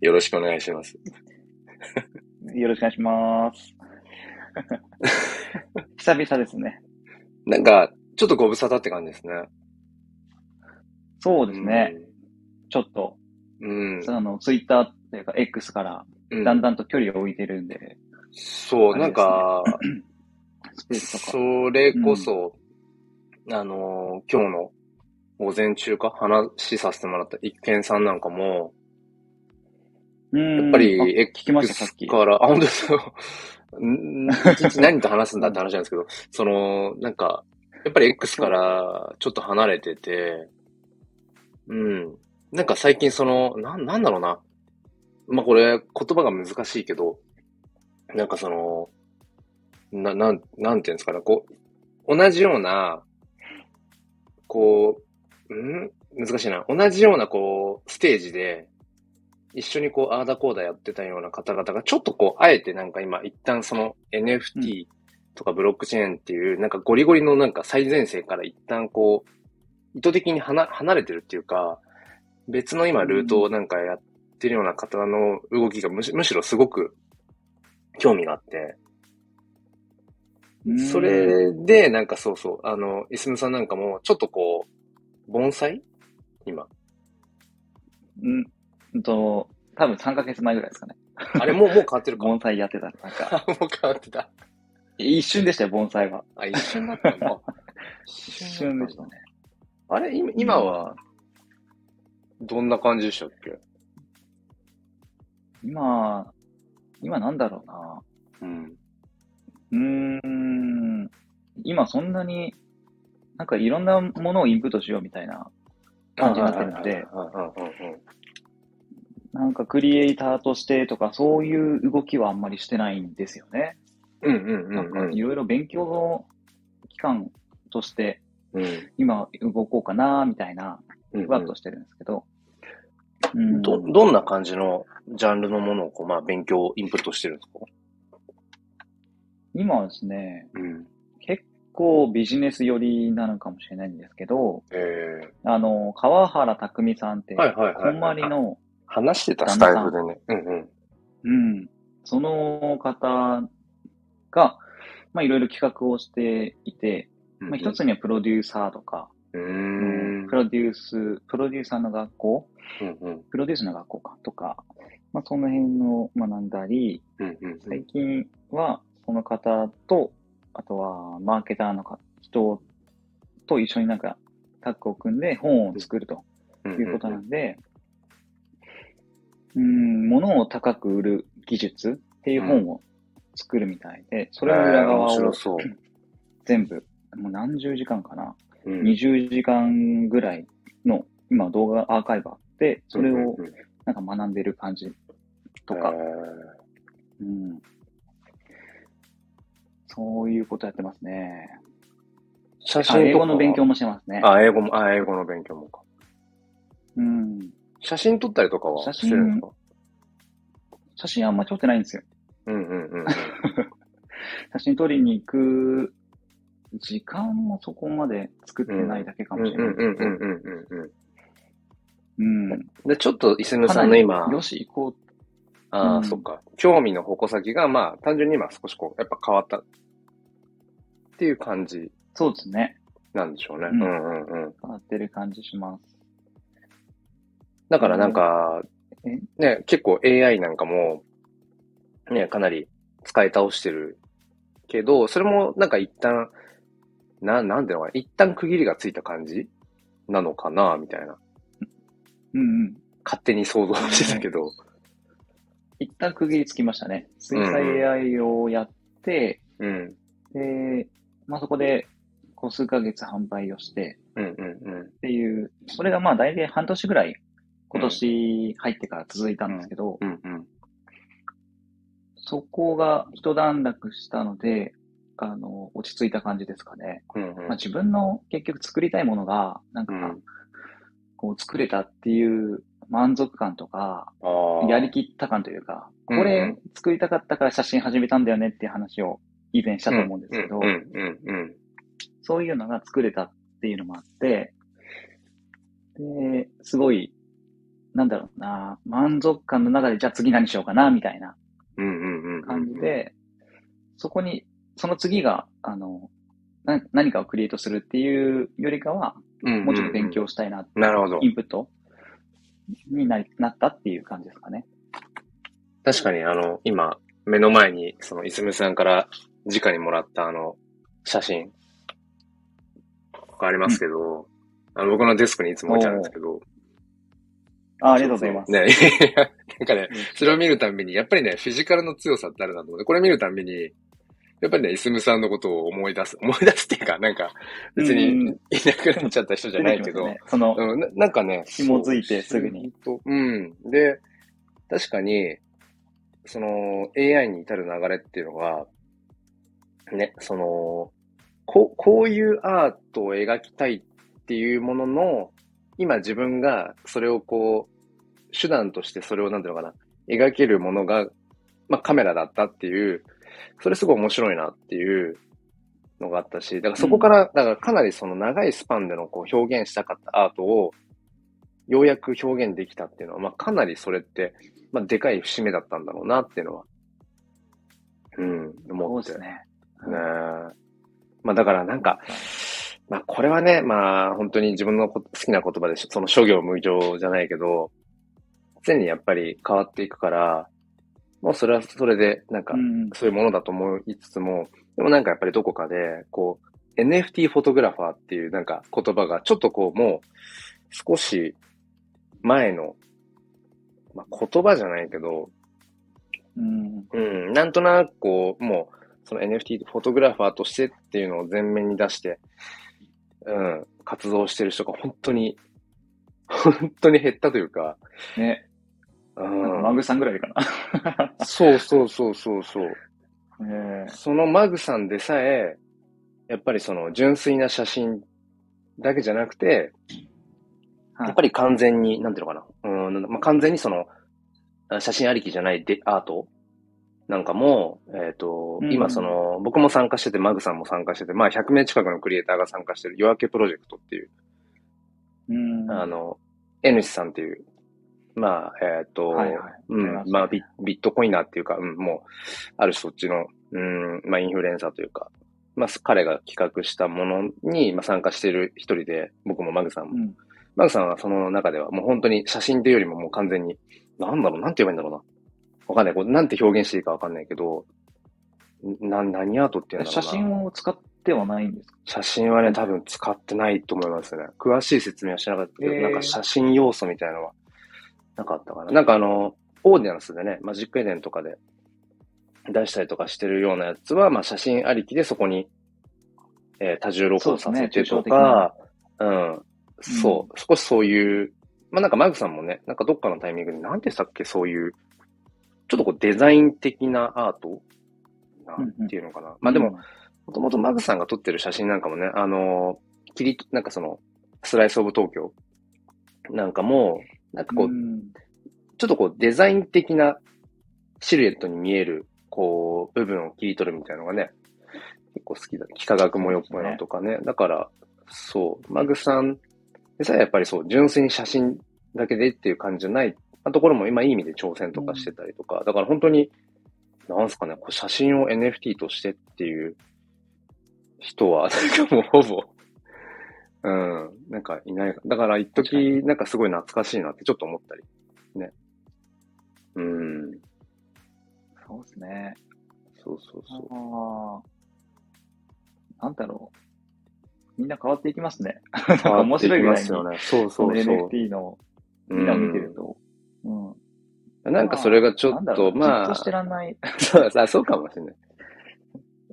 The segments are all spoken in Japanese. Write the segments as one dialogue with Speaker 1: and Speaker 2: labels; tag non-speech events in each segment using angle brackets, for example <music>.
Speaker 1: よろしくお願いします。
Speaker 2: よろしくお願い
Speaker 1: <laughs>
Speaker 2: します。久々ですね。
Speaker 1: なんか、ちょっとご無沙汰って感じですね。
Speaker 2: そうですね。ちょっと、
Speaker 1: うん。
Speaker 2: あの、ツイッターっていうか X から
Speaker 1: うん。
Speaker 2: だん
Speaker 1: だん。
Speaker 2: だんと距離を置いてるんで、
Speaker 1: そう、
Speaker 2: あれ
Speaker 1: なんか、
Speaker 2: スペースとか。
Speaker 1: それこそ、あのー、今日の午前中か話しさせてもらった一見さんなんかも、
Speaker 2: や
Speaker 1: やっぱ
Speaker 2: あ
Speaker 1: り、
Speaker 2: 聞きました、さっき。
Speaker 1: から、あ、本当ですよ。ん一日何と話すんだって話なんですけど、 <laughs> その、なんか、やっぱり X からちょっと離れてて、うん。なんか最近その、なん、なんだろうな。まあ、これ、言葉が難しいけど、なんかその、な、なん、なんていうんですかね、こう、同じような、こう、ん難しいな。同じような、こう、ステージで、一緒にこう、アーダコーダやってたような方々が、ちょっとこう、あえてなんか今、一旦その
Speaker 2: う
Speaker 1: NFT とかブロックチェーンっていう、なんかゴリゴリのなんか最前線から一旦こう、意図的に離離れてるっていうか、別の今、ルートをなんかやってるような方の動きがむしむしろすごく興味があって、
Speaker 2: うん
Speaker 1: そ、れで、なんかそうそう、あの、いすむさんなんかも、ちょっとこう、盆栽今。
Speaker 2: うんうんと、多分3ヶ月前ぐらいですかね。
Speaker 1: あれ、もう、もう変わってるか。 <laughs> も
Speaker 2: 盆栽やってた。なんか、
Speaker 1: <laughs> う変わってた。
Speaker 2: 一瞬でしたよ、盆栽は。
Speaker 1: あ、一瞬だったんだ。一
Speaker 2: 一瞬でしたね。
Speaker 1: <laughs> あれ、今今は、どんな感じでしたっけ
Speaker 2: 今、今なんだろうな。
Speaker 1: うん。
Speaker 2: うーん、今そんなに、なんかいろんなものをインプットしようみたいな感じになってるので、なんかクリエイターとしてとかそういう動きはあんまりしてないんですよね。
Speaker 1: うんうんう
Speaker 2: なん
Speaker 1: んう
Speaker 2: か
Speaker 1: ん
Speaker 2: いろいろ勉強の期間として
Speaker 1: うん。
Speaker 2: 今動こうかなみたいな、
Speaker 1: うん
Speaker 2: ふわっとしてるんですけど。うん
Speaker 1: ど、どんな感じのジャンルのものをこう、まあ、勉強、インプットしてるんですか
Speaker 2: 今はですね、
Speaker 1: うん。
Speaker 2: 結構ビジネス寄りなのかもしれないんですけど、
Speaker 1: ええ
Speaker 2: あの、川原拓実さんって、
Speaker 1: はいはいはい。
Speaker 2: こんまりの、
Speaker 1: 話してた
Speaker 2: 旦
Speaker 1: ス
Speaker 2: 那
Speaker 1: タ
Speaker 2: さん
Speaker 1: イルでね。うんうん。
Speaker 2: うん。その方が、まあ、いろいろ企画をしていて、まあ、一つにはプロデューサーとか、
Speaker 1: うー
Speaker 2: うん
Speaker 1: ん
Speaker 2: プ。ロデュース、プロデューサーの学校、
Speaker 1: うんうん
Speaker 2: プロデュースの学校か、とか、まあ、その辺を学んだり、
Speaker 1: うんうん
Speaker 2: 最近は、その方と、あとは、マーケターのか人と一緒になんか、タッグを組んで本を作ると
Speaker 1: うん
Speaker 2: いうことなんで、うん、物を高く売る技術っていう本を作るみたいで、それの裏
Speaker 1: えー
Speaker 2: 側
Speaker 1: 面白
Speaker 2: を
Speaker 1: そう。
Speaker 2: 全部、もう何十時間かな、
Speaker 1: うん
Speaker 2: 20時間ぐらいの、今動画アーカイブあって、それをなんか学んでる感じとか、うん、そういうことやってますね。
Speaker 1: 写
Speaker 2: あ
Speaker 1: 真
Speaker 2: 英語の勉強もしてますね。
Speaker 1: あ、英語も、あ、英語の勉強もか。
Speaker 2: うん、
Speaker 1: 写真撮ったりとかは
Speaker 2: 写
Speaker 1: してる
Speaker 2: 真
Speaker 1: んですか
Speaker 2: 写真あんま撮ってないんですよ。
Speaker 1: うんうんうん。
Speaker 2: 写真撮りに行く時間もそこまで作ってないだけか
Speaker 1: うん
Speaker 2: もしれない。
Speaker 1: うんうんうんうんうんう
Speaker 2: うん。
Speaker 1: ん。で、ちょっと、いすむ
Speaker 2: かな
Speaker 1: さんの
Speaker 2: り
Speaker 1: 今、
Speaker 2: よし、行こう。
Speaker 1: ああ、
Speaker 2: うん
Speaker 1: そっか。興味の矛先が、まあ、単純に今少しこう、やっぱ変わったっていう感じ
Speaker 2: そうですね。
Speaker 1: なんでしょうね。う
Speaker 2: うんん
Speaker 1: うんうん。
Speaker 2: 変わってる感じします。
Speaker 1: だからなんか
Speaker 2: うんえ、
Speaker 1: ね、結構 AI なんかも、ね、かなり使い倒してるけど、それもなんか一旦、な、なんていうのかな、一旦区切りがついた感じなのかな、みたいな。
Speaker 2: うんうん。
Speaker 1: 勝手に想像してたけど。
Speaker 2: 一旦区切りつきましたね。水
Speaker 1: うんう
Speaker 2: 彩 AI をやって、
Speaker 1: うん。
Speaker 2: で、まあそこで、こう数ヶ月販売をして
Speaker 1: うんうんうん。
Speaker 2: っていう、それがまあ大体半年ぐらい、今年入ってから続いたんですけど、
Speaker 1: うんうん。
Speaker 2: そこが一段落したので、あの、落ち着いた感じですかね。
Speaker 1: うんうん
Speaker 2: まあ、自分の結局作りたいものが、なんか、
Speaker 1: うん
Speaker 2: こう作れたっていう満足感とか、
Speaker 1: あー
Speaker 2: やりきった感というか、
Speaker 1: う
Speaker 2: こ
Speaker 1: ん
Speaker 2: れ作りたかったから写真始めたんだよねっていう話を以前したと思うんですけど
Speaker 1: うん、うんうん
Speaker 2: そういうのが作れたっていうのもあって、で、すごい、なんだろうな、満足感の中で、じゃあ次何しようかな、みたいな
Speaker 1: うんうんうんうん。
Speaker 2: 感じ。で、そこに、その次が、あの、な何かをクリエイトするっていうよりかは、
Speaker 1: うん。
Speaker 2: もうちょっと勉。強したいな、
Speaker 1: なるほど
Speaker 2: イ。ンプットになりなったっていう感じですかね。
Speaker 1: 確かに、あの、今、目の前に、その、いすみさんから、直にもらった、あの、写真、がありますけど、あの僕のデスクにいつも置いてあるんですけど。
Speaker 2: あありがとうございます。
Speaker 1: ね、 <laughs> いやなんかね
Speaker 2: うん、
Speaker 1: それを見るたんびに、やっぱりね、フィジカルの強さってあるなと思って、これ見るたんびに、やっぱりね、いすみさんのことを思い出す、思い出すっていうか、なんか、別
Speaker 2: うん
Speaker 1: にいなくなっちゃった人じゃないけど、
Speaker 2: 出てきますねその、
Speaker 1: うん、ななんかね、
Speaker 2: 紐づいてすぐに
Speaker 1: そう。そううん。で、確かに、その AI に至る流れっていうのが、ね、その、ここういうアートを描きたいっていうものの、今自分がそれをこう、手段としてそれをなんていうのかな、描けるものが、まあカメラだったっていう、それすごい面白いなっていうのがあったし、だからそこから、だからかなりその長いスパンでのこう表現したかったアートを、ようやく表現できたっていうのは、まあかなりそれって、まあでかい節目だったんだろうなっていうのは、うん、
Speaker 2: そ
Speaker 1: 思
Speaker 2: う
Speaker 1: っ
Speaker 2: で
Speaker 1: て。
Speaker 2: すね。
Speaker 1: ねえまあだからなんか、まあこれはね、まあ本当に自分のこ好きな言葉でし、その諸行無常じゃないけど、常にやっぱり変わっていくから、もうそれはそれで、なんか
Speaker 2: う、ん。
Speaker 1: そういうものだと思いつつも、でもなんかやっぱりどこかで、こう、NFT フォトグラファーっていうなんか言葉が、ちょっとこうもう、少し前の、まあ言葉じゃないけど、
Speaker 2: うん。
Speaker 1: うん、なんとなくこう、もう、その NFT フォトグラファーとしてっていうのを前面に出して、うん、活動してる人が本当に、本当に減ったというか、
Speaker 2: ね、
Speaker 1: う
Speaker 2: なんかマ
Speaker 1: ん、
Speaker 2: グさんぐらいかな。
Speaker 1: そうそうそうそうそう。
Speaker 2: え
Speaker 1: そのマグさんでさえ、やっぱりその純粋な写真だけじゃなくて、
Speaker 2: はい
Speaker 1: やっぱり完全に、なんていうのかな、うんなんだまあ、完全にその、あ写真ありきじゃないでアートなんかも、えっ、と、
Speaker 2: うん
Speaker 1: 今その、僕も参加してて、マグさんも参加してて、まあ100名近くのクリエイターが参加してる夜明けプロジェクトっていう、
Speaker 2: うん。
Speaker 1: あの、N さんっていう、まあ、えっ、と、
Speaker 2: はいはい。
Speaker 1: う
Speaker 2: ありま
Speaker 1: ん
Speaker 2: す、ね
Speaker 1: まあビ、ビットコインナーっていうか、うん、もう、ある種そっちの、うん、まあ、インフルエンサーというか、まあ、彼が企画したものに、まあ、参加している一人で、僕もマグさんも。
Speaker 2: うん。
Speaker 1: マグさんはその中では、もう本当に写真というよりももう完全に、なんだろう、なんて言えばいいんだろうな。わかんない。こうなんて表現していいかわかんないけど、な、何アートっていうんだろう
Speaker 2: 写
Speaker 1: な。
Speaker 2: 真を使ってはないんですか
Speaker 1: 写真はね、多分使ってないと思いますね。詳しい説明はしなかったけど、
Speaker 2: へー
Speaker 1: なんか写真要素みたいなのはなかったかな。なんかあの、オーディナンスでね、マジックエデンとかで出したりとかしてるようなやつは、まあ写真ありきでそこに、えー多重録音させてとか、うん、そう、少しそういう、まあなんかマグさんもね、なんかどっかのタイミングで、なんてしたっけ、そういう、ちょっとこうデザイン的なアートなんていうのかな。まあでも、、もともとマグさんが撮ってる写真なんかもね、あのー、切り、なんかその、スライスオブ東京なんかも、なんかこう、
Speaker 2: ん
Speaker 1: ちょっとこうデザイン的なシルエットに見える、こう、部分を切り取るみたいなのがね、結構好きだ。幾何学模様っぽいのとかね。だから、そう、マグさんでさえやっぱりそう、純粋に写真だけでっていう感じじゃないところも今いい意味で挑戦とかしてたりとか、だから本当に、なんすかね、こう写真を NFT としてっていう人は、なんかもうほぼ、うん、なんかいないか。だから一
Speaker 2: 確か
Speaker 1: 時なんかすごい懐かしいなってちょっと思ったり、ね。うん、
Speaker 2: そうですね。
Speaker 1: そうそう
Speaker 2: あ
Speaker 1: そ
Speaker 2: あ。なんだろう。みんな変わっていきますね。
Speaker 1: う。
Speaker 2: なんか面白いぐらいに、
Speaker 1: 変わってきますよね。そう
Speaker 2: そ
Speaker 1: そ
Speaker 2: の
Speaker 1: うそう。
Speaker 2: NFT の
Speaker 1: う
Speaker 2: みんなを見てると。うん。
Speaker 1: んなんかそれがちょ
Speaker 2: なん
Speaker 1: っ
Speaker 2: だ
Speaker 1: と、
Speaker 2: ろう
Speaker 1: ま
Speaker 2: じ
Speaker 1: あ
Speaker 2: っと、してらんない。
Speaker 1: そうあそうかもしれない。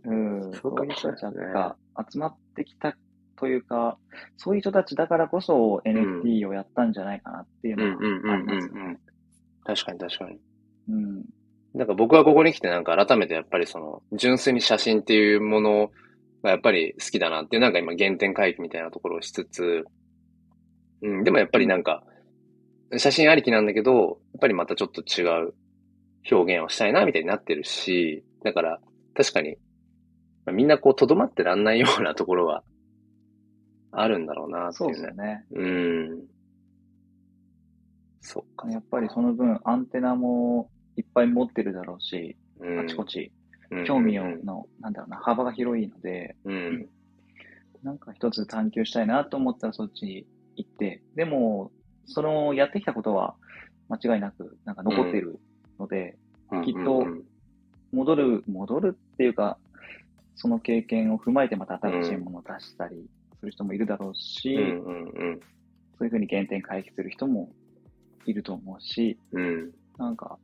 Speaker 2: うん。
Speaker 1: そ
Speaker 2: そうう
Speaker 1: か
Speaker 2: いう
Speaker 1: もし
Speaker 2: 人
Speaker 1: れない
Speaker 2: た
Speaker 1: ね
Speaker 2: ちが集まってきたというか、そういう人たちだからこそ NFT をやったんじゃないかなっていう
Speaker 1: うん
Speaker 2: の
Speaker 1: う
Speaker 2: は。
Speaker 1: んう
Speaker 2: あ
Speaker 1: ん
Speaker 2: り
Speaker 1: う
Speaker 2: ます
Speaker 1: んうん。確かに確かに。
Speaker 2: うん。
Speaker 1: なんか僕はここに来てなんか改めてやっぱりその純粋に写真っていうものがやっぱり好きだなっていうなんか今原点回帰みたいなところをしつつ、うん、でもやっぱりなんか写真ありきなんだけど、やっぱりまたちょっと違う表現をしたいなみたいになってるし、だから確かにまあみんなこうとどまってらんないようなところはあるんだろうなってい
Speaker 2: そうう
Speaker 1: ね。
Speaker 2: ですよね。
Speaker 1: うん。そっか。
Speaker 2: やっぱりその分アンテナもいっぱい持ってるだろうし、
Speaker 1: うん
Speaker 2: あちこち
Speaker 1: うん
Speaker 2: 興味をの、なんだろうな、幅が広いので、
Speaker 1: うん。
Speaker 2: なんか一つ探求したいなと思ったらそっちに行って、でも、そのやってきたことは間違いなくなんか残ってるので、
Speaker 1: うん
Speaker 2: きっと
Speaker 1: うん
Speaker 2: 戻る、戻るっていうか、その経験を踏まえてまた新しいものを出したりする人もいるだろうし、
Speaker 1: うんうん
Speaker 2: そういうふうに原点回帰する人もいると思うし、
Speaker 1: うん。うん。
Speaker 2: なんか、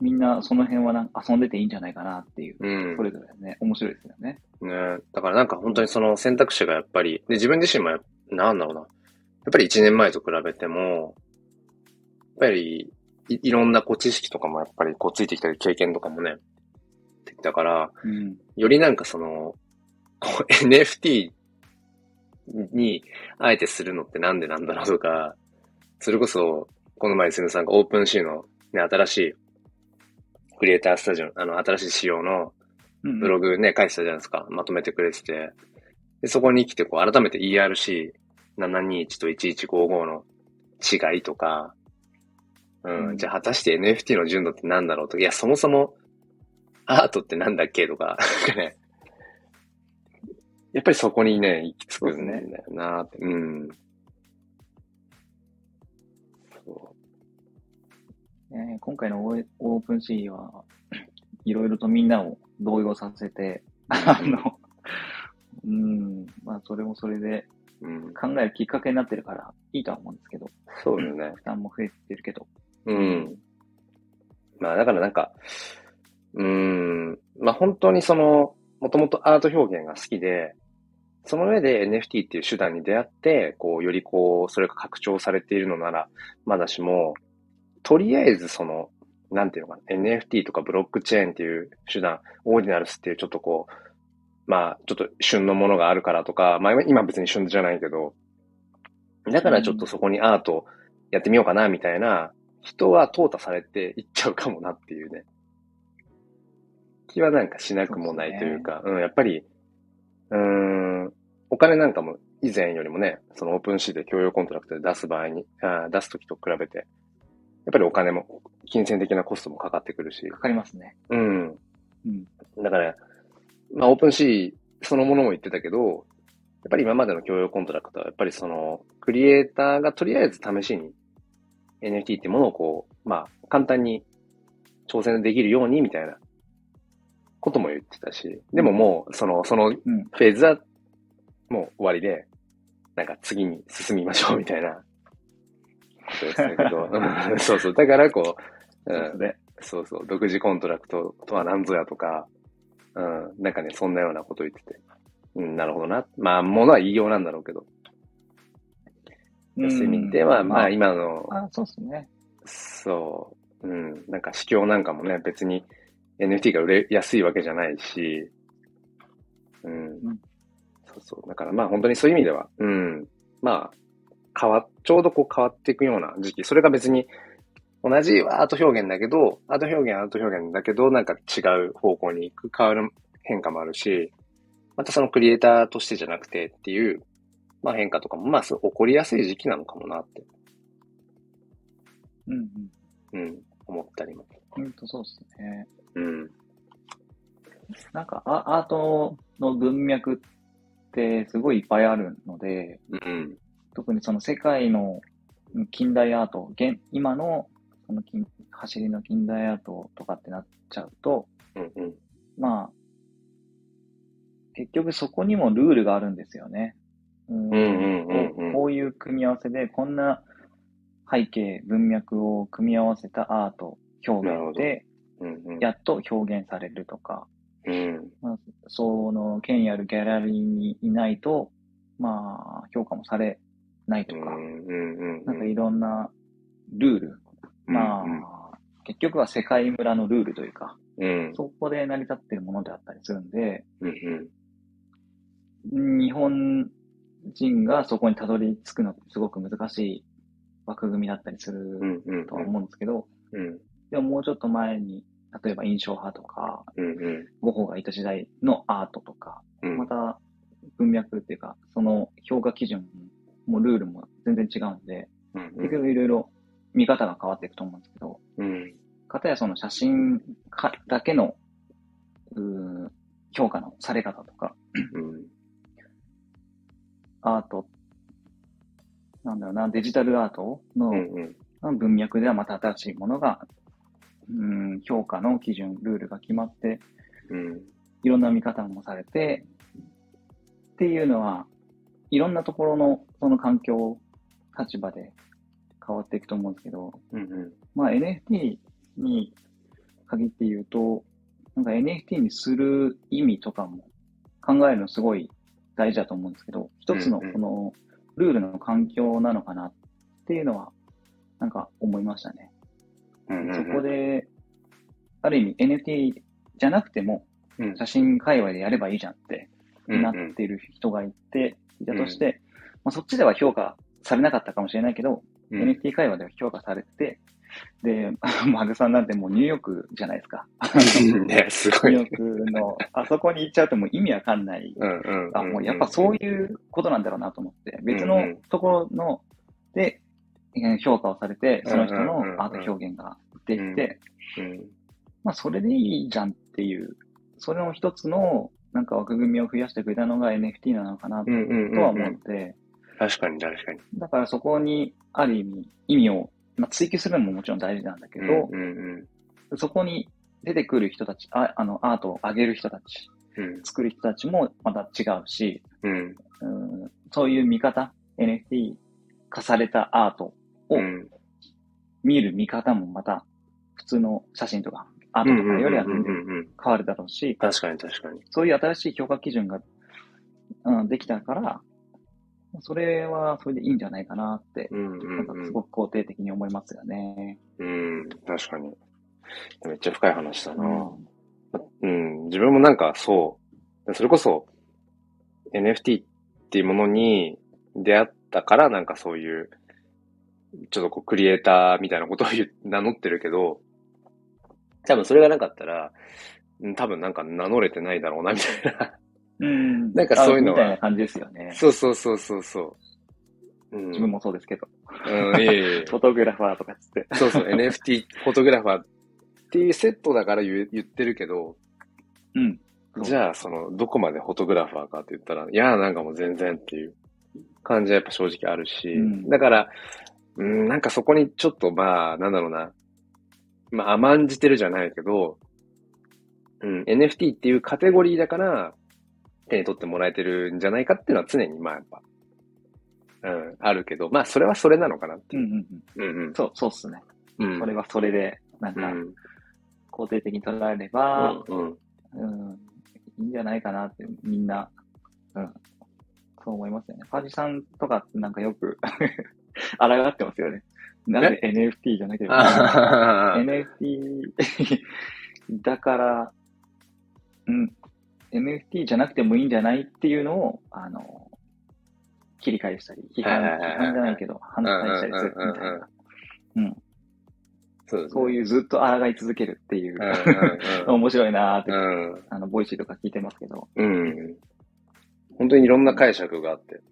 Speaker 2: みんなその辺はなんか遊んでていいんじゃないかなっていう、
Speaker 1: うん
Speaker 2: それぞれね、面白いですよね。
Speaker 1: ねだからなんか本当にその選択肢がやっぱり、で、自分自身もや、なんだろうな。やっぱり1年前と比べても、やっぱりい、いろんなこう知識とかもやっぱりこうついてきたり経験とかもね、できたから、
Speaker 2: うん。
Speaker 1: よりなんかその、こう <laughs> NFT にあえてするのってなんでなんだろうとか、それこそ、この前すぐさんがオープンシーのね、新しい、クリエイタースタジオ、あの、新しい仕様の
Speaker 2: うん
Speaker 1: ブログね、書いてたじゃないですか。まとめてくれてて。で、そこに来て、こう、改めて ERC721 と1155の違いとか、うん、
Speaker 2: うん
Speaker 1: じゃあ果たして NFT の純度って何だろうとか、いや、そもそもアートってなんだっけとか、 <laughs> なんかね、やっぱりそこにね、行き着くんだよなって。うん。そ
Speaker 2: ね今回のオーオープンシーは、 <coughs> いろいろとみんなを動揺させて、 <laughs> あの、うん、まあ、それもそれで
Speaker 1: う。うん。
Speaker 2: 考えるきっかけになってるから、いいとは思うんですけど、
Speaker 1: そうだね。
Speaker 2: 負担も増えてるけど。
Speaker 1: うん。まあだからなんか、うーん、まあ本当にその、もともとアート表現が好きで、その上で NFT っていう手段に出会って、こう、よりこう、それが拡張されているのなら、まだしも、とりあえずその、なんていうのかな、NFT とかブロックチェーンっていう手段、オーディナルスっていうちょっとこう、まあ、ちょっと旬のものがあるからとか、まあ今別に旬じゃないけど、だからちょっとそこにアートやってみようかな、みたいな人は淘汰されていっちゃうかもなっていうね。気はなんかしなくもないというか、うん、やっぱり、うーん、お金なんかも以前よりもね、そのオープンシーで共用コントラクトで出す場合に、あー出すときと比べて、やっぱりお金も、金銭的なコストもかかってくるし
Speaker 2: か、かりますね。
Speaker 1: うん。
Speaker 2: うん。
Speaker 1: だから、まあ、オープンシーそのものも言ってたけど、やっぱり今までの共用コントラクトは、やっぱりその、クリエイターがとりあえず試しに NFT ってものをこう、まあ、簡単に挑戦できるようにみたいなことも言ってたし、でももう、その、そのフ
Speaker 2: うん。
Speaker 1: ェーズはもう終わりで、なんか次に進みましょうみたいなことでしたけ
Speaker 2: <laughs>
Speaker 1: ど、うんそうそう。だからこう、
Speaker 2: そう
Speaker 1: うん
Speaker 2: ですね。
Speaker 1: そうそう、独自コントラクトとは何ぞやとか、うん、なんかね、そんなようなこと言ってて、うん、なるほどな。まあ、ものは言いようなんだろうけど、
Speaker 2: うん
Speaker 1: 休みでは、まあ、今の、
Speaker 2: あ、あそうですね。
Speaker 1: そう、うん、なんか市況なんかもね、別に NFT が売れやすいわけじゃないし、うん、
Speaker 2: ん
Speaker 1: そうそう、だからまあ本当にそういう意味では、うん、まあ、変わ、ちょうどこう変わっていくような時期、それが別に同じアート表現だけど、アート表現はアート表現だけど、なんか違う方向に行く、変わる変化もあるし、またそのクリエイターとしてじゃなくてっていう、まあ変化とかも、まあそう起こりやすい時期なのかもなって、
Speaker 2: うん、うん。
Speaker 1: うん、思ったりも。
Speaker 2: ほんとそうですね。
Speaker 1: うん。
Speaker 2: なんかア、アートの文脈ってすごいいっぱいあるので、
Speaker 1: うん。
Speaker 2: 特にその世界の近代アート、現今のその近走りの近代アートとかってなっちゃうと、
Speaker 1: うんうん。
Speaker 2: まあ、結局そこにもルールがあるんですよね。うん
Speaker 1: うんうんうんうん
Speaker 2: こういう組み合わせで、こんな背景、文脈を組み合わせたアート、表現で、
Speaker 1: うんうん。
Speaker 2: やっと表現されるとか、
Speaker 1: うん。
Speaker 2: その権威あるギャラリーにいないと、まあ、評価もされないとか、
Speaker 1: うんうん。
Speaker 2: なんかいろんなルール、まあ、結局は世界村のルールというか、
Speaker 1: うん。
Speaker 2: そこで成り立ってるものであったりするんで、
Speaker 1: うんうん。
Speaker 2: 日本人がそこにたどり着くのってすごく難しい枠組みだったりす
Speaker 1: う
Speaker 2: る
Speaker 1: んうん。
Speaker 2: とは思うんですけど、
Speaker 1: うん
Speaker 2: でももうちょっと前に、例えば印象派とか、
Speaker 1: うん
Speaker 2: ゴッホがいた時代のアートとか、
Speaker 1: うん。
Speaker 2: また文脈っていうか、その評価基準もルールも全然違うんで、
Speaker 1: うん
Speaker 2: 結局いろいろ見方が変わっていくと思うんですけど、
Speaker 1: うん。
Speaker 2: かたやその写真かだけの、うー評価のされ方とか、
Speaker 1: うん。
Speaker 2: アート、なんだろうな、デジタルアートの
Speaker 1: うん。うん。
Speaker 2: 文脈ではまた新しいものが、うん、評価の基準、ルールが決まって、
Speaker 1: うん。
Speaker 2: いろんな見方もされて、っていうのは、いろんなところの、その環境、立場で変わっていくと思うんですけど、
Speaker 1: うん。
Speaker 2: まあ NFT に限って言うと、なんか NFT にする意味とかも考えるのすごい大事だと思うんですけど、一つの
Speaker 1: うんうん
Speaker 2: このルールの環境なのかなっていうのは、なんか思いましたね。
Speaker 1: うん。
Speaker 2: そこ、で、ある意味 NFT じゃなくても
Speaker 1: うん。
Speaker 2: 写真界隈でやればいいじゃんって
Speaker 1: うん
Speaker 2: なっている人がいて、いたとして、まあ、そっちでは評価されなかったかもしれないけど、
Speaker 1: うん。うん
Speaker 2: NFT 会話では評価されて、で、 <laughs> マグさんなんてもうニューヨークじゃないですか。
Speaker 1: ね、すご
Speaker 2: ニ
Speaker 1: い
Speaker 2: ュー。ヨークの、あそこに行っちゃうともう意味わかんない。
Speaker 1: うんうん。
Speaker 2: あ、もうやっぱそう
Speaker 1: い
Speaker 2: いうことなんだろうなと思って、
Speaker 1: んうん
Speaker 2: 別のところの、で、えー評価をされて、その人
Speaker 1: うんうんうんうん
Speaker 2: のアート表現ができて、
Speaker 1: うん。
Speaker 2: まあそれでいいじゃんっていう、それの一つの、なんか枠組みを増やしてくれたのが NFT なのかな
Speaker 1: う
Speaker 2: と
Speaker 1: んうんうん。
Speaker 2: は思って、
Speaker 1: 確かに確かに。
Speaker 2: だからそこにある意味意味を、まあ、追求するのももちろん大事なんだけど、
Speaker 1: うんうん
Speaker 2: そこに出てくる人たち、ああのアートを上げる人たち、
Speaker 1: うん。
Speaker 2: 作る人たちもまた違うし、
Speaker 1: うん。
Speaker 2: うんそういう見方、NFT 化されたアートを
Speaker 1: うん。
Speaker 2: 見る見方もまた普通の写真とかアートとかよりは全然
Speaker 1: うんうん。
Speaker 2: 変わるだろうし、
Speaker 1: 確かに確かに。
Speaker 2: そういう新しい評価基準が、うん、できたから、それはそれでいいんじゃないかなって、
Speaker 1: うん
Speaker 2: なんか
Speaker 1: うん
Speaker 2: すごく肯定的に思いますよね。
Speaker 1: うん。うん。確かに。めっちゃ深い話だ
Speaker 2: う
Speaker 1: な。
Speaker 2: ん
Speaker 1: うん、自分もなんかそう、それこそ NFT っていうものに出会ったからなんかそういう、ちょっとこうクリエイターみたいなことを言う <laughs> 名乗ってるけど、多分それがなかったら、うん多分なんか名乗れてないだろうなみたいな。
Speaker 2: うん。
Speaker 1: なんかそういうのは
Speaker 2: みたいな感じですよね。
Speaker 1: <laughs> そうそうそうそうそう。うん。
Speaker 2: 自分もそうですけど。
Speaker 1: うん、いえい <laughs> えいえ
Speaker 2: フォトグラファーとかっつって。
Speaker 1: そうそう、NFT フォトグラファーっていうセットだから言う言ってるけど、
Speaker 2: うん。
Speaker 1: じゃあ、その、どこまでフォトグラファーかって言ったら、いや、なんかもう全然っていう感じはやっぱ正直あるし、
Speaker 2: うん
Speaker 1: だから、うん、なんかそこにちょっとまあ、なんだろうな、まあ甘んじてるじゃないけど、うん、NFT っていうカテゴリーだから、手に取ってもらえてるんじゃないかっていうのは常にまあやっぱ、うん、あるけど、まあそれはそれなのかなって
Speaker 2: う
Speaker 1: い
Speaker 2: ん
Speaker 1: う。
Speaker 2: うんうん。
Speaker 1: うん
Speaker 2: そう、そうっすね。
Speaker 1: うん。うん。
Speaker 2: それはそれで、なん
Speaker 1: う
Speaker 2: か、
Speaker 1: ん。
Speaker 2: 肯定的に捉えれば、
Speaker 1: うん。
Speaker 2: うん、いいんじゃないかなって、みんな、うん、そう思いますよね。パジさんとかってなんかよく、 <laughs> 抗ってますよね。なんで NFT じゃなければいけないの
Speaker 1: あー
Speaker 2: NFT <laughs> だから、うん、NFT じゃなくてもいいんじゃないっていうのを、あの、切り返したり、批判、
Speaker 1: はいはいはいはい
Speaker 2: 批判じゃないけど、反対したりするみたいな。う
Speaker 1: そう
Speaker 2: ん、
Speaker 1: ですね
Speaker 2: そういうずっと抗い続けるっていうう、
Speaker 1: ん
Speaker 2: 面白いなーって、
Speaker 1: うんうん。うん。
Speaker 2: あの、ボイシーとか聞いてますけど、
Speaker 1: うん。本当にいろんな解釈があって。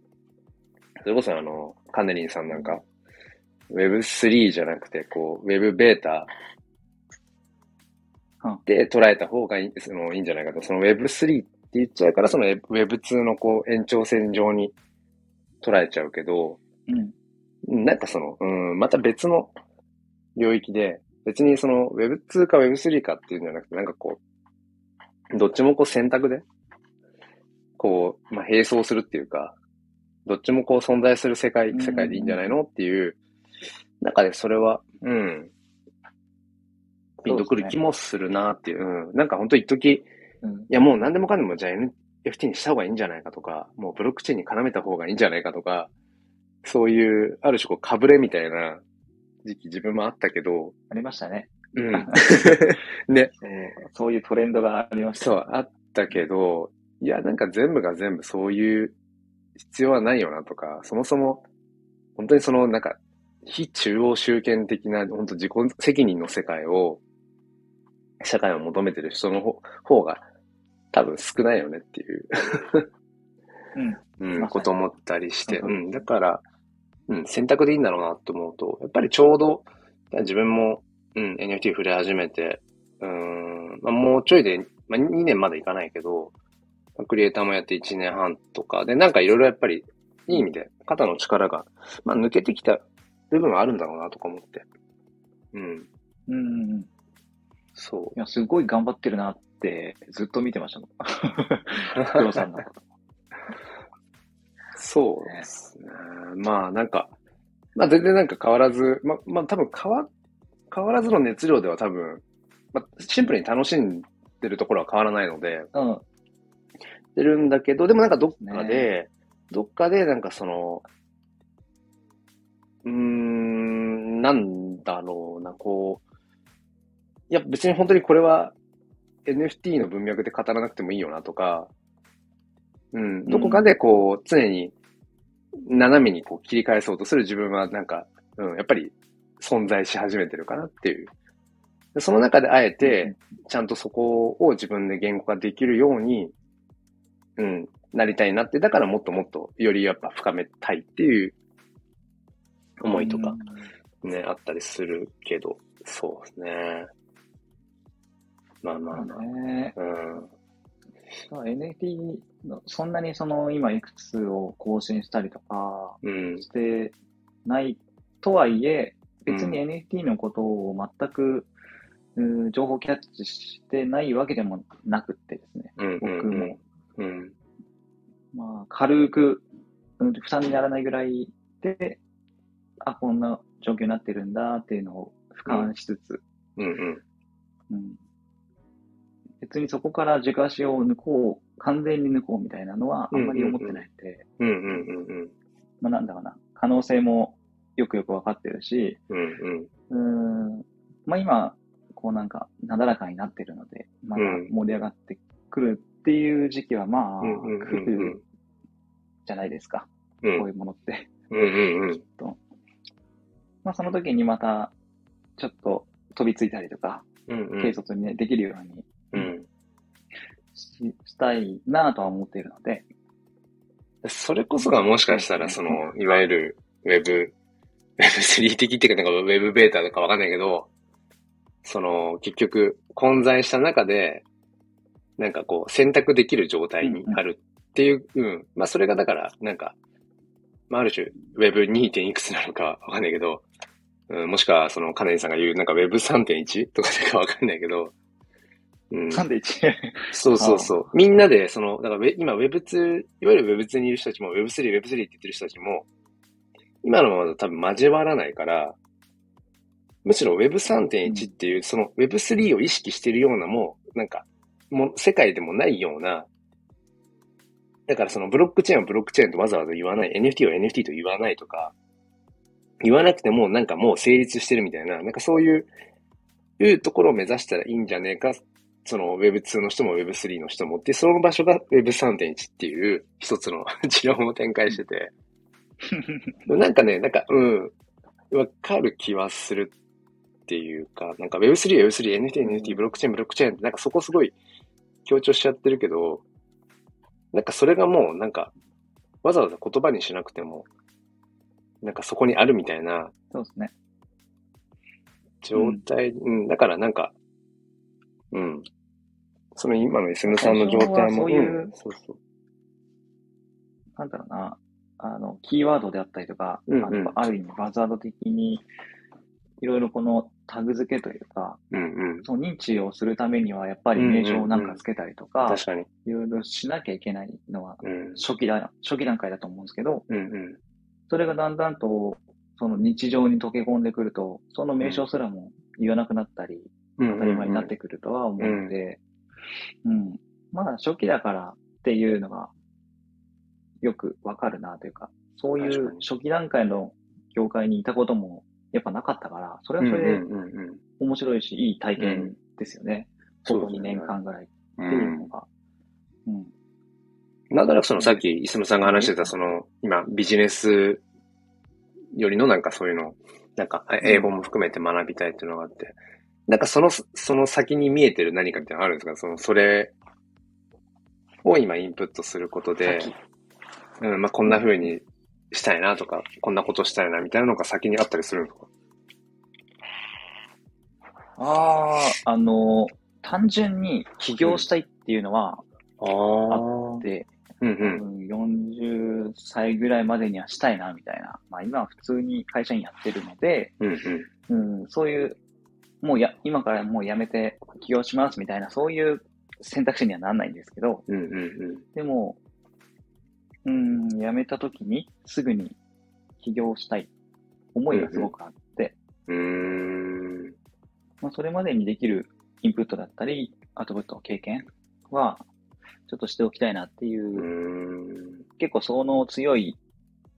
Speaker 1: それこそあの、カネリンさんなんか、Web3 じゃなくて、こう、Web ベータ
Speaker 2: うん
Speaker 1: で捉えた方がいいそのいいんじゃないかと。その Web3 って言っちゃうから、その Web2 のこう、延長線上に捉えちゃうけど、
Speaker 2: うん、
Speaker 1: なんかその、うん、また別の領域で、別にその Web2 か Web3 かっていうんじゃなくて、なんかこう、どっちもこう選択で、こう、まあ、並走するっていうか、どっちもこう存在する世界
Speaker 2: う、ん
Speaker 1: 世界でいいんじゃないのっていう中で、それは、うん、ピンとくる気もするなっていう、うん、なんか本当一時
Speaker 2: うん、
Speaker 1: いや、もう何でもかんでも、じゃあ NFT にした方がいいんじゃないかとか、もうブロックチェーンに絡めた方がいいんじゃないかとか、そういう、ある種こう、かぶれみたいな時期自分もあったけど、
Speaker 2: ありましたね。
Speaker 1: うん。
Speaker 2: そうそういうトレンドがありました。
Speaker 1: そう、あったけど、いや、なんか全部が全部そういう必要はないよなとか、そもそも、本当にその、なんか、非中央集権的な、本当自己責任の世界を、社会を求めてる人の方方が、多分少ないよねっていう
Speaker 2: うん、
Speaker 1: うん、
Speaker 2: まさに
Speaker 1: こと思ったりして、
Speaker 2: う
Speaker 1: うん、だから、うん、選択でいいんだろうなって思うと、やっぱりちょうど、自分も、うん、NFT 触れ始めて、うん、まあ、もうちょいで、まあ、2年までいかないけど、クリエイターもやって1年半とかで、なんかいろいろやっぱり、いい意味で、肩の力が、まあ、抜けてきた部分はあるんだろうなとか思って。うん、
Speaker 2: うんうんうん。い
Speaker 1: そ
Speaker 2: <laughs> や、すごい頑張ってるなって、ずっと見てましたもん。黒さ
Speaker 1: う。
Speaker 2: んのこと。
Speaker 1: そうですね。まあ、なんか、まあ、全然なんか変わらず、まあ、まあ、多分変わ、変わらずの熱量では多分、まあ、シンプルに楽しんでるところは変わらないので、
Speaker 2: うん。
Speaker 1: ってるんだけど、でもなんかどっかで、どっかでなんかその、うーん、なんだろうな、こう、いや別に本当にこれは NFT の文脈で語らなくてもいいよなとか、うん、どこかでこう、常に斜めにこう切り返そうとする自分はなんか、うん、やっぱり存在し始めてるかなっていう。でその中であえて、ちゃんとそこを自分で言語化できるように、うん、なりたいなって、だからもっともっとよりやっぱ深めたいっていう思いとかね、あったりするけど、そうですね。まあまあ
Speaker 2: うん。
Speaker 1: まあ。
Speaker 2: そうね。
Speaker 1: うん。
Speaker 2: まあ NFT の、そんなにその今いくつを更新したりとか
Speaker 1: うん。
Speaker 2: してないとはいえ、別に
Speaker 1: う
Speaker 2: NFT のことを全く、うん情報キャッチしてないわけでもなくってですね、
Speaker 1: うん。
Speaker 2: 僕も、
Speaker 1: うん。
Speaker 2: まあ、軽く、うん負担にならないぐらいで、あ、こんな状況になってるんだっていうのを俯瞰しつつ、
Speaker 1: うん。うん。
Speaker 2: うん別にそこから軸足を抜こう、完全に抜こうみたいなのはあんまり思ってないんで、
Speaker 1: うん。うん。うん。うん。
Speaker 2: まあ、なんだろうな、可能性もよくよくわかってるし、
Speaker 1: うん。
Speaker 2: うーん、まあ今、こうなんか、なだらかになってるので、まだ
Speaker 1: うん
Speaker 2: 盛り上がってくるっていう時期は、まあ、
Speaker 1: うん。うん。
Speaker 2: 来るじゃないですか、
Speaker 1: うん。
Speaker 2: こ
Speaker 1: う。
Speaker 2: うんいうものって。
Speaker 1: うん。うん。
Speaker 2: まあその時にまた、ちょっと飛びついたりとか、
Speaker 1: うん。
Speaker 2: 軽率にね、できるように
Speaker 1: うん。
Speaker 2: ししたいなとは思っているので、
Speaker 1: それこそがもしかしたら、その、いわゆる Web、Web3 的っていうか、なんか Web ベータとかわかんないけど、その、結局、混在した中で、なんかこう、選択できる状態にあるっていう、うん、まあ、それがだから、なんか、まあ、ある種、Web2. 点いくつなのかわかんないけど、うん、もしくは、その、カネリさんが言う、なんか Web3.1 とかなんかわかんないけど、うん。
Speaker 2: なんで一円
Speaker 1: そうそうそう。みんなで、その、だからウェ今 Web2、いわゆる Web2 にいる人たちも Web3、Web3 って言ってる人たちも、今のままだと多分交わらないから、むしろ Web3.1 っていう、その Web3 を意識してるようなもう、なんか、もう世界でもないような、だからそのブロックチェーンをブロックチェーンとわざわざ言わない、NFT を NFT と言わないとか、言わなくてもなんかもう成立してるみたいな、なんかそういう、いうところを目指したらいいんじゃねえかその Web2 の人も Web3 の人もって、その場所が Web3.1 っていう一つの <laughs> 持論を展開してて。なんかね、なんか、うん、わかる気はするっていうか、なんか Web3、Web3、NFT、NFT、ブロックチェーン、ブロックチェーンって、なんかそこすごい強調しちゃってるけど、なんかそれがもうなんか、わざわざ言葉にしなくても、なんかそこにあるみたいな
Speaker 2: <laughs> そうですね。
Speaker 1: 状態、うん、だからなんか、うん。その今の SM さんの状態も、
Speaker 2: 最初はそういう
Speaker 1: うんそうそう。
Speaker 2: なんだろうな、あの、キーワードであったりとか、
Speaker 1: うんうん
Speaker 2: あのある意味バザード的に、いろいろこのタグ付けというか、
Speaker 1: うんうん。
Speaker 2: その認知をするためには、やっぱり名称をなんかつけたりとか、
Speaker 1: 確かに。
Speaker 2: いろいろしなきゃいけないのは、
Speaker 1: うん。
Speaker 2: 初期だ、初期段階だと思うんですけど、
Speaker 1: うんうん。
Speaker 2: それがだんだんと、その日常に溶け込んでくると、その名称すらも言わなくなったり、
Speaker 1: うん
Speaker 2: 当たり前になってくるとは思うので、うん。まだ初期だからっていうのがよくわかるなというか、そうい
Speaker 1: 確か
Speaker 2: う
Speaker 1: に
Speaker 2: 初期段階の業界にいたこともやっぱなかったから、それ
Speaker 1: う
Speaker 2: は
Speaker 1: ん
Speaker 2: そ
Speaker 1: うん
Speaker 2: れで
Speaker 1: うんうん。
Speaker 2: 面白いし、いい体験ですよね。こ
Speaker 1: そう
Speaker 2: こ
Speaker 1: ですね
Speaker 2: 2年間ぐらいっ
Speaker 1: う
Speaker 2: ていうの
Speaker 1: ん。
Speaker 2: が。うん。
Speaker 1: なんとなくそのさっき、いすむさんが話してた、その、今、ビジネスよりのなんかそういうの、なんか、え英語も含めて学びたいっていうのがあって、なんかその、その先に見えてる何かみたいなのあるんですかその、それを今インプットすることで、
Speaker 2: 先
Speaker 1: うん、まあ、こんな風にしたいなとか、こんなことしたいなみたいなのが先にあったりするのか。
Speaker 2: ああ、あの、単純に起業したいっていうのは
Speaker 1: あ
Speaker 2: あ
Speaker 1: あ
Speaker 2: っ。て、
Speaker 1: うんう。
Speaker 2: うんん、40歳ぐらいまでにはしたいな、みたいな。まあ今は普通に会社員やってるので、
Speaker 1: うんうん。
Speaker 2: うん、そういう、もうや、今からもう辞めて起業しますみたいな、そういう選択肢にはなんないんですけど、
Speaker 1: うんうん
Speaker 2: でも、うん、辞めた時にすぐに起業したい思いがすごくあって、
Speaker 1: うん。うーん。
Speaker 2: まあ、それまでにできるインプットだったり、アウトプット、経験は、ちょっとしておきたいなっていうう、
Speaker 1: ーん。
Speaker 2: 結構その強い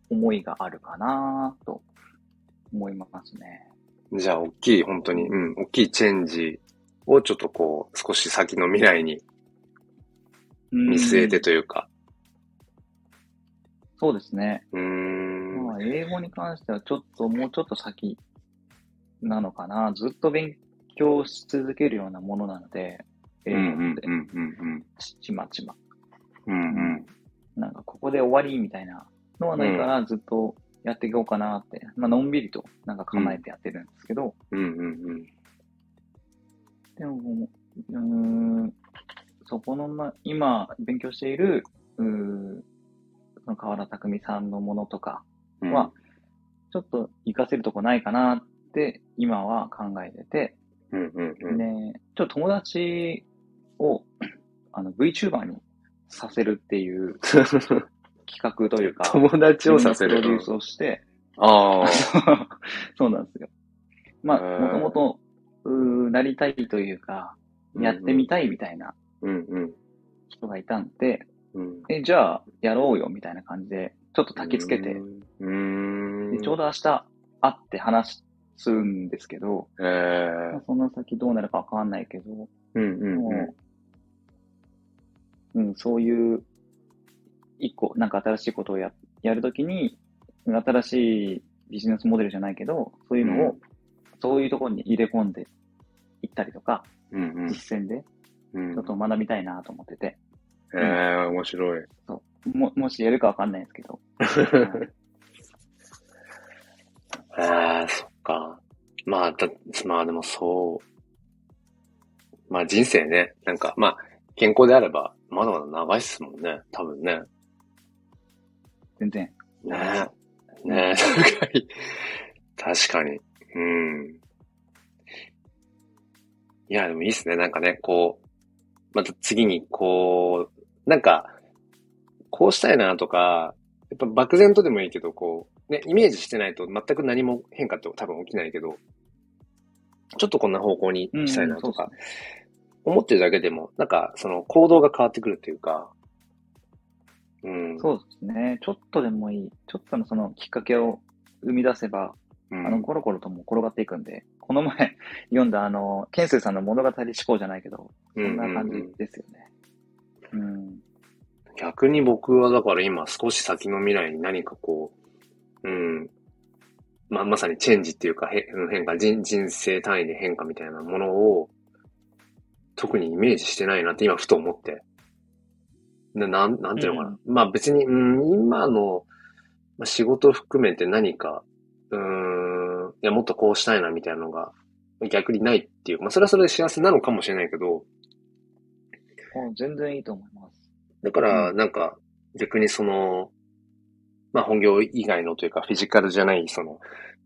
Speaker 2: 思いがあるかなと思いますね。
Speaker 1: じゃあ、大きい、本当に、うん、大きいチェンジをちょっとこう、少し先の未来に
Speaker 2: うん
Speaker 1: 見据えてというか。
Speaker 2: そうですね。
Speaker 1: うーん。
Speaker 2: まあ、英語に関してはちょっと、もうちょっと先なのかな。ずっと勉強し続けるようなものなので、英
Speaker 1: う
Speaker 2: 語
Speaker 1: ん
Speaker 2: って、
Speaker 1: うんうんうん
Speaker 2: ちちまちま。
Speaker 1: うん。うんうん。
Speaker 2: なんかここで終わりみたいなのはないから、ずっとやっていこうかなって、まあのんびりとなんか構えてやってるんですけど、
Speaker 1: うんうんうん。
Speaker 2: でも、うーん、そこの、ま、今勉強している、うーん、その河原拓海さんのものとか、
Speaker 1: うん
Speaker 2: まあ、ちょっと活かせるとこないかなって、今は考えてて、
Speaker 1: うんうん <laughs> うん。
Speaker 2: ね、ちょっと友達を、 <clears throat> あの、VTuber にさせるっていう企画というか、
Speaker 1: 友達をさせ
Speaker 2: 自分の
Speaker 1: る
Speaker 2: プロデュー。スをして、
Speaker 1: ああ。
Speaker 2: <laughs> そうなんですよ。まあ、
Speaker 1: へー
Speaker 2: もともと、うーなりたいというか、
Speaker 1: <laughs>
Speaker 2: やってみたいみたいな
Speaker 1: うんうん。
Speaker 2: 人がいたんで、
Speaker 1: うん。
Speaker 2: え、じゃあ、やろうよみたいな感じで、ちょっと焚きつけて、
Speaker 1: うーん。
Speaker 2: でちょうど明日会って話すんですけど、
Speaker 1: ええ
Speaker 2: まあ、その先どうなるかわかんないけど、
Speaker 1: うんうんうん
Speaker 2: もう、うん、そういう、一個、なんか新しいことをややるときに、新しいビジネスモデルじゃないけど、そういうのを、
Speaker 1: う
Speaker 2: そういうところに入れ込んでいったりとか、
Speaker 1: うんうん
Speaker 2: 実践で、
Speaker 1: うん。
Speaker 2: ちょっと学びたいなと思ってて、
Speaker 1: ええ面白
Speaker 2: <laughs>
Speaker 1: い。
Speaker 2: も、もしやるかわかんないです
Speaker 1: <laughs>
Speaker 2: けど。
Speaker 1: ええそっか。まあ、だ、まあでもそう。まあ人生ね、なんか、まあ、健康であれば、まだまだ長いっすもんね、多分ね。
Speaker 2: 全然。
Speaker 1: ねえ。ねえ、 <laughs> 高い。確かに。うん。いや、でもいいっすね。なんかね、こう、また次に、こう、なんか、こうしたいなとか、やっぱ漠然とでもいいけど、こう、ね、イメージしてないと全く何も変化って多分起きないけど、ちょっとこんな方向にしたいなとか、思ってるだけでも、なんか、その行動が変わってくるっていうか、うん。
Speaker 2: そうですね。ちょっとでもいい。ちょっとのそのきっかけを生み出せば、
Speaker 1: うん。
Speaker 2: あの、コロコロとも転がっていくんで、この前 <laughs> 読んだあの、ケンスーさんの物語思考じゃないけど、
Speaker 1: そ
Speaker 2: そんな感
Speaker 1: うんうんう
Speaker 2: じ
Speaker 1: ん
Speaker 2: ですよね。うん。
Speaker 1: 逆に僕はだから今少し先の未来に何かこう、うん、まあ、まさにチェンジっていうかへ変化人、人生単位で変化みたいなものを特にイメージしてないなって今ふと思って。ななん、なんていうのかな。まあ別に、うん、今のまあ仕事含めて何か、うん、いやもっとこうしたいなみたいなのが逆にないっていう。まあそれはそれで幸せなのかもしれないけど、
Speaker 2: もう全然いいと思います。
Speaker 1: <laughs> だから、
Speaker 2: う
Speaker 1: なんか、逆にその、まあ本業以外のというか、フィジカルじゃない、その、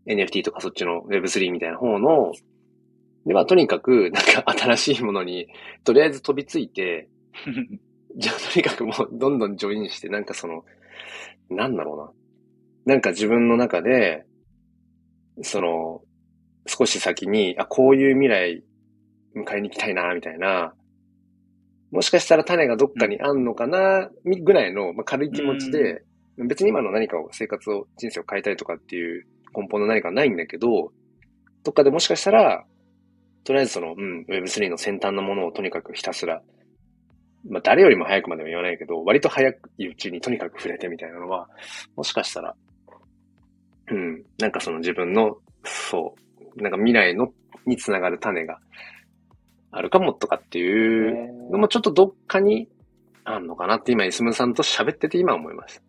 Speaker 1: NFT とかそっちの Web3 みたいな方の、では、とにかく、なんか新しいものに、とりあえず飛びついて、じゃあとにかくもう、どんどんジョインして、なんかその、なんだろうな。なんか自分の中で、その、少し先に、あ、こういう未来、迎えに行きたいな、みたいな、もしかしたら種がどっかにあんのかな、みぐらいの、まあ、軽い気持ちで、別に今の何かを、生活を、人生を変えたいとかっていう根本の何かはないんだけど、どっかでもしかしたら、とりあえずその、うん、Web3 の先端のものをとにかくひたすら、まあ、誰よりも早くまでは言わないけど、割と早いうちにとにかく触れてみたいなのは、もしかしたら、うん、なんかその自分の、そう、なんか未来の、につながる種があるかもとかっていうのもちょっとどっかにあんのかなって今、イスムさんと喋ってて今思いました。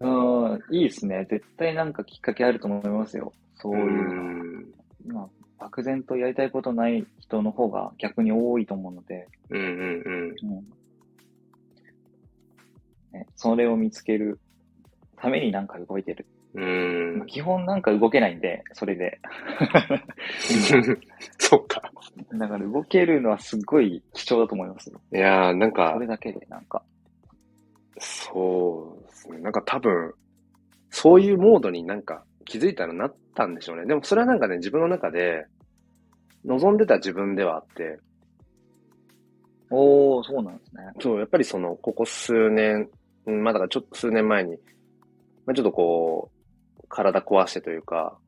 Speaker 2: うん、いいですね。絶対なんかきっかけあると思いますよ。そう
Speaker 1: う
Speaker 2: いうの。
Speaker 1: ん。
Speaker 2: 今、漠然とやりたいことない人の方が逆に多いと思うので、
Speaker 1: うんうんうん。
Speaker 2: うんね、それを見つけるためになんか動いてる。
Speaker 1: うん
Speaker 2: まあ。基本なんか動けないんで、それで。
Speaker 1: <laughs> そっか。
Speaker 2: だから動けるのはすごい貴重だと思いますよ。
Speaker 1: いやー、なんか
Speaker 2: そ、れだけでなんか。
Speaker 1: そうですね。なんか多分、そういうモードになんか気づいたらなったんでしょうね。でもそれはなんかね、自分の中で、望んでた自分ではあって、
Speaker 2: おー、そうなんですね。
Speaker 1: そう、やっぱりその、ここ数年、うんまあだからちょっと数年前に、まあちょっとこう、体壊してというか、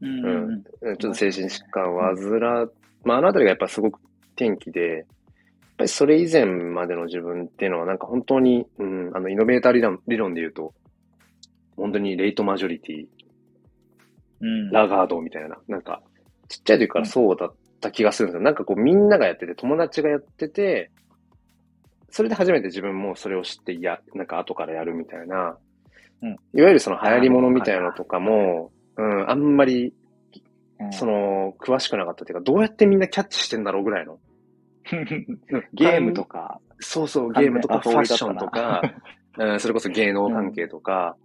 Speaker 2: うん
Speaker 1: うん
Speaker 2: うん。
Speaker 1: うんちょっと精神疾患を患う、まああのあたりがやっぱすごく転機で、やっぱりそれ以前までの自分っていうのはなんか本当に、うん、あのイノベーター理論理論で言うと、本当にレイトマジョリティ、
Speaker 2: うん。
Speaker 1: ラガードみたいな、なんか、ちっちゃい時からそうだった気がするんですよ。なんかこうみんながやってて、友達がやってて、それで初めて自分もそれを知って、いや、なんか後からやるみたいな、
Speaker 2: うん
Speaker 1: いわゆるその流行り物みたいなのとかも、うん、あんまり
Speaker 2: うん <laughs>
Speaker 1: その、詳しくなかったっていうか、どうやってみんなキャッチしてんだろうぐらいの。
Speaker 2: ゲームとか。
Speaker 1: そうそう、ゲームとか
Speaker 2: あ
Speaker 1: フ
Speaker 2: そう
Speaker 1: ァ
Speaker 2: だっ
Speaker 1: ッ
Speaker 2: たな
Speaker 1: ションと <laughs> か、うん、それこそ芸能関係とか、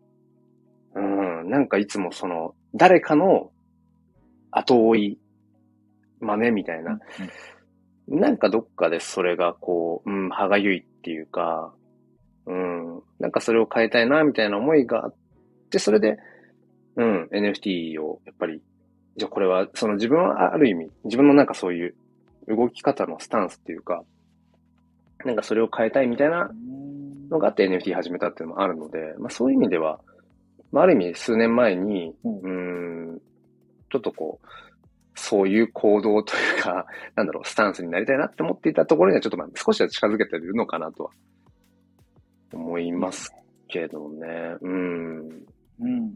Speaker 1: うん、なんかいつもその、誰かの後追い真似みたいな、なんかどっかでそれがこう、うん、歯がゆいっていうか、うん、なんかそれを変えたいな、みたいな思いがあって、それで、うん、NFT をやっぱり、じゃあこれは、その自分はある意味、自分のなんかそういう動き方のスタンスっていうか、なんかそれを変えたいみたいな
Speaker 2: うん
Speaker 1: のがあって NFT 始めたっていうのもあるので、まあそういう意味では、まあある意味数年前に、
Speaker 2: う
Speaker 1: うーん、ちょっとこう、そういう行動というか、なんだろう、スタンスになりたいなって思っていたところにはちょっとまあ少しは近づけてるのかなとは思いますけどね。うん。
Speaker 2: うん。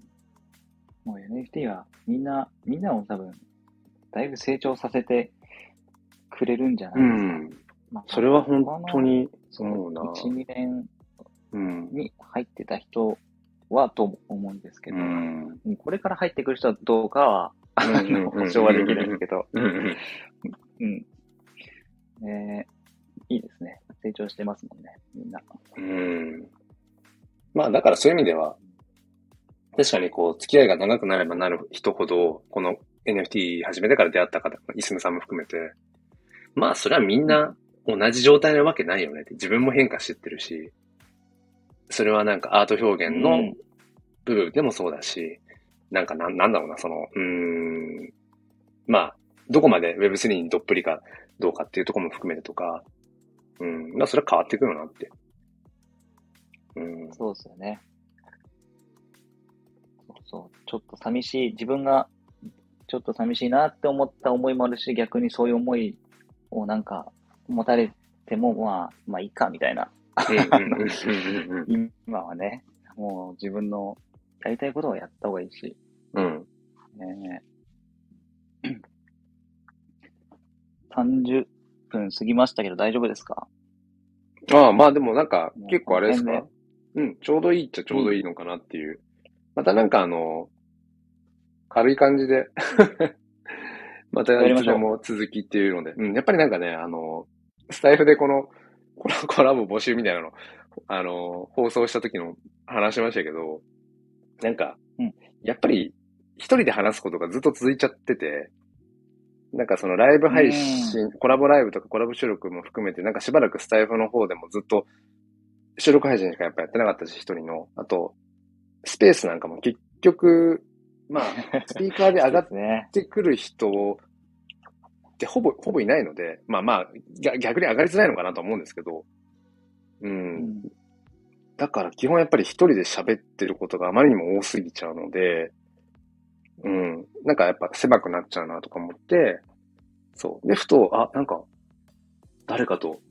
Speaker 2: もう NFT はみんな、みんなを多分、だいぶ成長させてくれるんじゃな
Speaker 1: う
Speaker 2: いですか。
Speaker 1: ん。
Speaker 2: まあ
Speaker 1: それは本当。に
Speaker 2: その
Speaker 1: 思うな。
Speaker 2: 1、2年
Speaker 1: うん。
Speaker 2: に入ってた人はと思うんですけ
Speaker 1: う
Speaker 2: ど、
Speaker 1: ん。
Speaker 2: もうこれから入ってくる人はどうかは、あ
Speaker 1: うんうんうんうん
Speaker 2: の保証はできないですけど、
Speaker 1: うん
Speaker 2: うん。えー、いいですね。成長してますもんね、みんな。
Speaker 1: うん。まあだからそういう意味では、確かにこう、付き合いが長くなればなる人ほど、この NFT 始めてから出会った方、イスムさんも含めて、まあそれはみんな同じ状態なわけないよねって、自分も変化してってるし、それはなんかアート表現
Speaker 2: う
Speaker 1: の
Speaker 2: ん
Speaker 1: 部分でもそうだし、なんかなんなんだろうな、その、うーん、まあ、どこまで Web3 にどっぷりかどうかっていうところも含めてとか、うん、まあそれは変わってくるなって。うん、
Speaker 2: そうですよね。そうそう。ちょっと寂しい、自分がちょっと寂しいなって思った思いもあるし、逆にそういう思いをなんか持たれても、まあ、まあいいかみたいな。
Speaker 1: うん
Speaker 2: 今はね、もう自分のやりたいことをやった方がいいし、
Speaker 1: うんうん
Speaker 2: ねえ30分過ぎましたけど大丈夫ですか
Speaker 1: <laughs> ああ、まあでもなんか、結構あれです
Speaker 2: もう
Speaker 1: か
Speaker 2: こ
Speaker 1: うん、ちょうどいいっちゃちょうどいいのかなっていう。またなんかあの、軽い感じで、 <laughs> またいつでも続きっていうので、うん、やっぱりなんかね、あの、スタイフでこの、コラコラボ募集みたいなの、あの、放送した時の話しましたけど、なんか、
Speaker 2: うん
Speaker 1: やっぱり一人で話すことがずっと続いちゃってて、なんかそのライブ配信、コラボライブとかコラボ収録も含めて、なんかしばらくスタイフの方でもずっと収録配信しかやっぱやってなかったし、一人の。あと、スペースなんかも結局、
Speaker 2: <laughs>
Speaker 1: まあ、スピーカーで上がっ
Speaker 2: ね。
Speaker 1: ってくる人ってほぼ、ほぼいないので、まあまあ、逆逆に上がりづらいのかなと思うんですけど、う。
Speaker 2: うんん
Speaker 1: だから基本やっぱり一人で喋ってることがあまりにも多すぎちゃうので、うん。なんかやっぱ狭くなっちゃうなとか思って、そう。で、ふと、あ、なんか、誰かと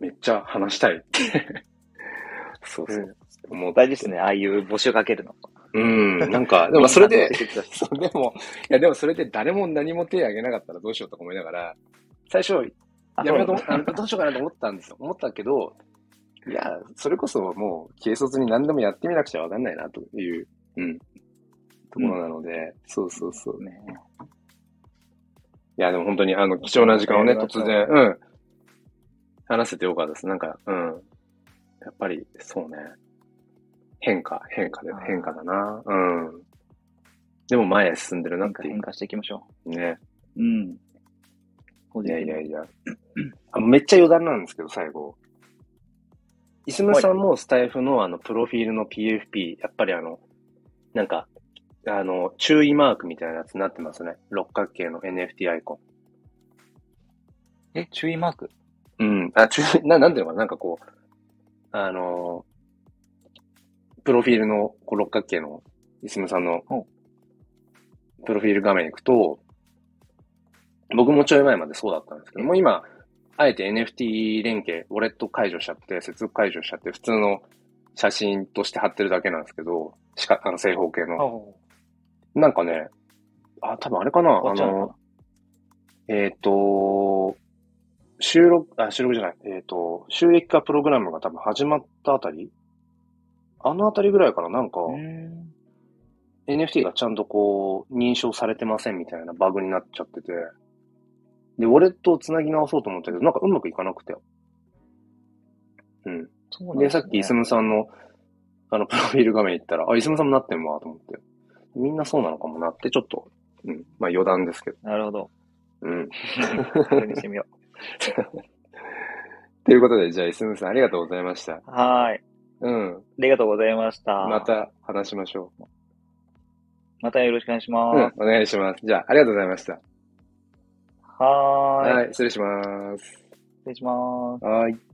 Speaker 1: めっちゃ話したいって、 <laughs> そうそう。思って
Speaker 2: 大事ですね、ああいう募集かけるの。
Speaker 1: <laughs> うん。なんか、でもそれで、
Speaker 2: みんなと教えてくださ
Speaker 1: そ
Speaker 2: い
Speaker 1: う、でも、いや、でもそれで誰も何も手挙げなかったらどうしようとか思いながら、最初、やめようと思っ
Speaker 2: あそうなん
Speaker 1: た、
Speaker 2: だ
Speaker 1: どうしようかなと思ったんですよ。思ったけど、いや、それこそもう、軽率に何でもやってみなくちゃわかんないな、という、うん、ところなので、そうそうそう。
Speaker 2: ね。
Speaker 1: いや、でも本当に、あの、貴重な時間をね、
Speaker 2: ありがとう
Speaker 1: 突然、うん、話せてよかったです。なんか、うん。やっぱり、そうね。変化、変化で
Speaker 2: あー、
Speaker 1: 変化だな。うん。でも前へ進んでるなっ
Speaker 2: なんか
Speaker 1: てい
Speaker 2: 変化していきましょ
Speaker 1: う。ね。
Speaker 2: う。うん。ポ
Speaker 1: い
Speaker 2: ジテ
Speaker 1: や
Speaker 2: ィブ
Speaker 1: いやい
Speaker 2: に
Speaker 1: や。あめっちゃ余談なんですけど、最後。イスムさんもスタイフのあの、プロフィールの PFP、やっぱりあの、なんか、あの、注意マークみたいなやつになってますね。六角形の NFT アイコ
Speaker 2: え、注意マーク
Speaker 1: ン。うん。あ、注意、 <laughs> な、なんていうのかななんかこう、あの、プロフィールのこう六角形のイスムさんの
Speaker 2: お、
Speaker 1: プロフィール画面行くと、僕もちょい前までそうだったんですけど、もう今、あえて NFT 連携、ウォレット解除しちゃって、接続解除しちゃって、普通の写真として貼ってるだけなんですけど、しか、あの、正方形の。なんかね、あ、多分あれかな
Speaker 2: 終わ
Speaker 1: あ
Speaker 2: っちゃうの
Speaker 1: の、えっ、と、収録、あ、収録じゃない、えっ、と、収益化プログラムが多分始まったあたりあのあたりぐらいからなんか、
Speaker 2: うーん。
Speaker 1: NFT がちゃんとこう、認証されてませんみたいなバグになっちゃってて、で、ウォレットをつなぎ直そうと思ったけど、なんかうまくいかなくて。うん。
Speaker 2: そうなん
Speaker 1: で、さっきイスムさんの、あの、プロフィール画面行ったら、あ、イスムさんもなってんわ、と思って。みんなそうなのかもなって、ちょっと、うん。まあ余談ですけど。
Speaker 2: なるほど。
Speaker 1: うん。
Speaker 2: それにしてみよ
Speaker 1: ということで、じゃあイスムさんありがとうございました。
Speaker 2: う。はーい。
Speaker 1: うん。
Speaker 2: ありがとうございました。
Speaker 1: ま。た話しましょう。
Speaker 2: またよろしくお願いしま
Speaker 1: うん
Speaker 2: す。。
Speaker 1: お願いします。じゃあ、ありがとうございました。
Speaker 2: はーい。
Speaker 1: はい、失礼します。
Speaker 2: 失礼します。
Speaker 1: はい。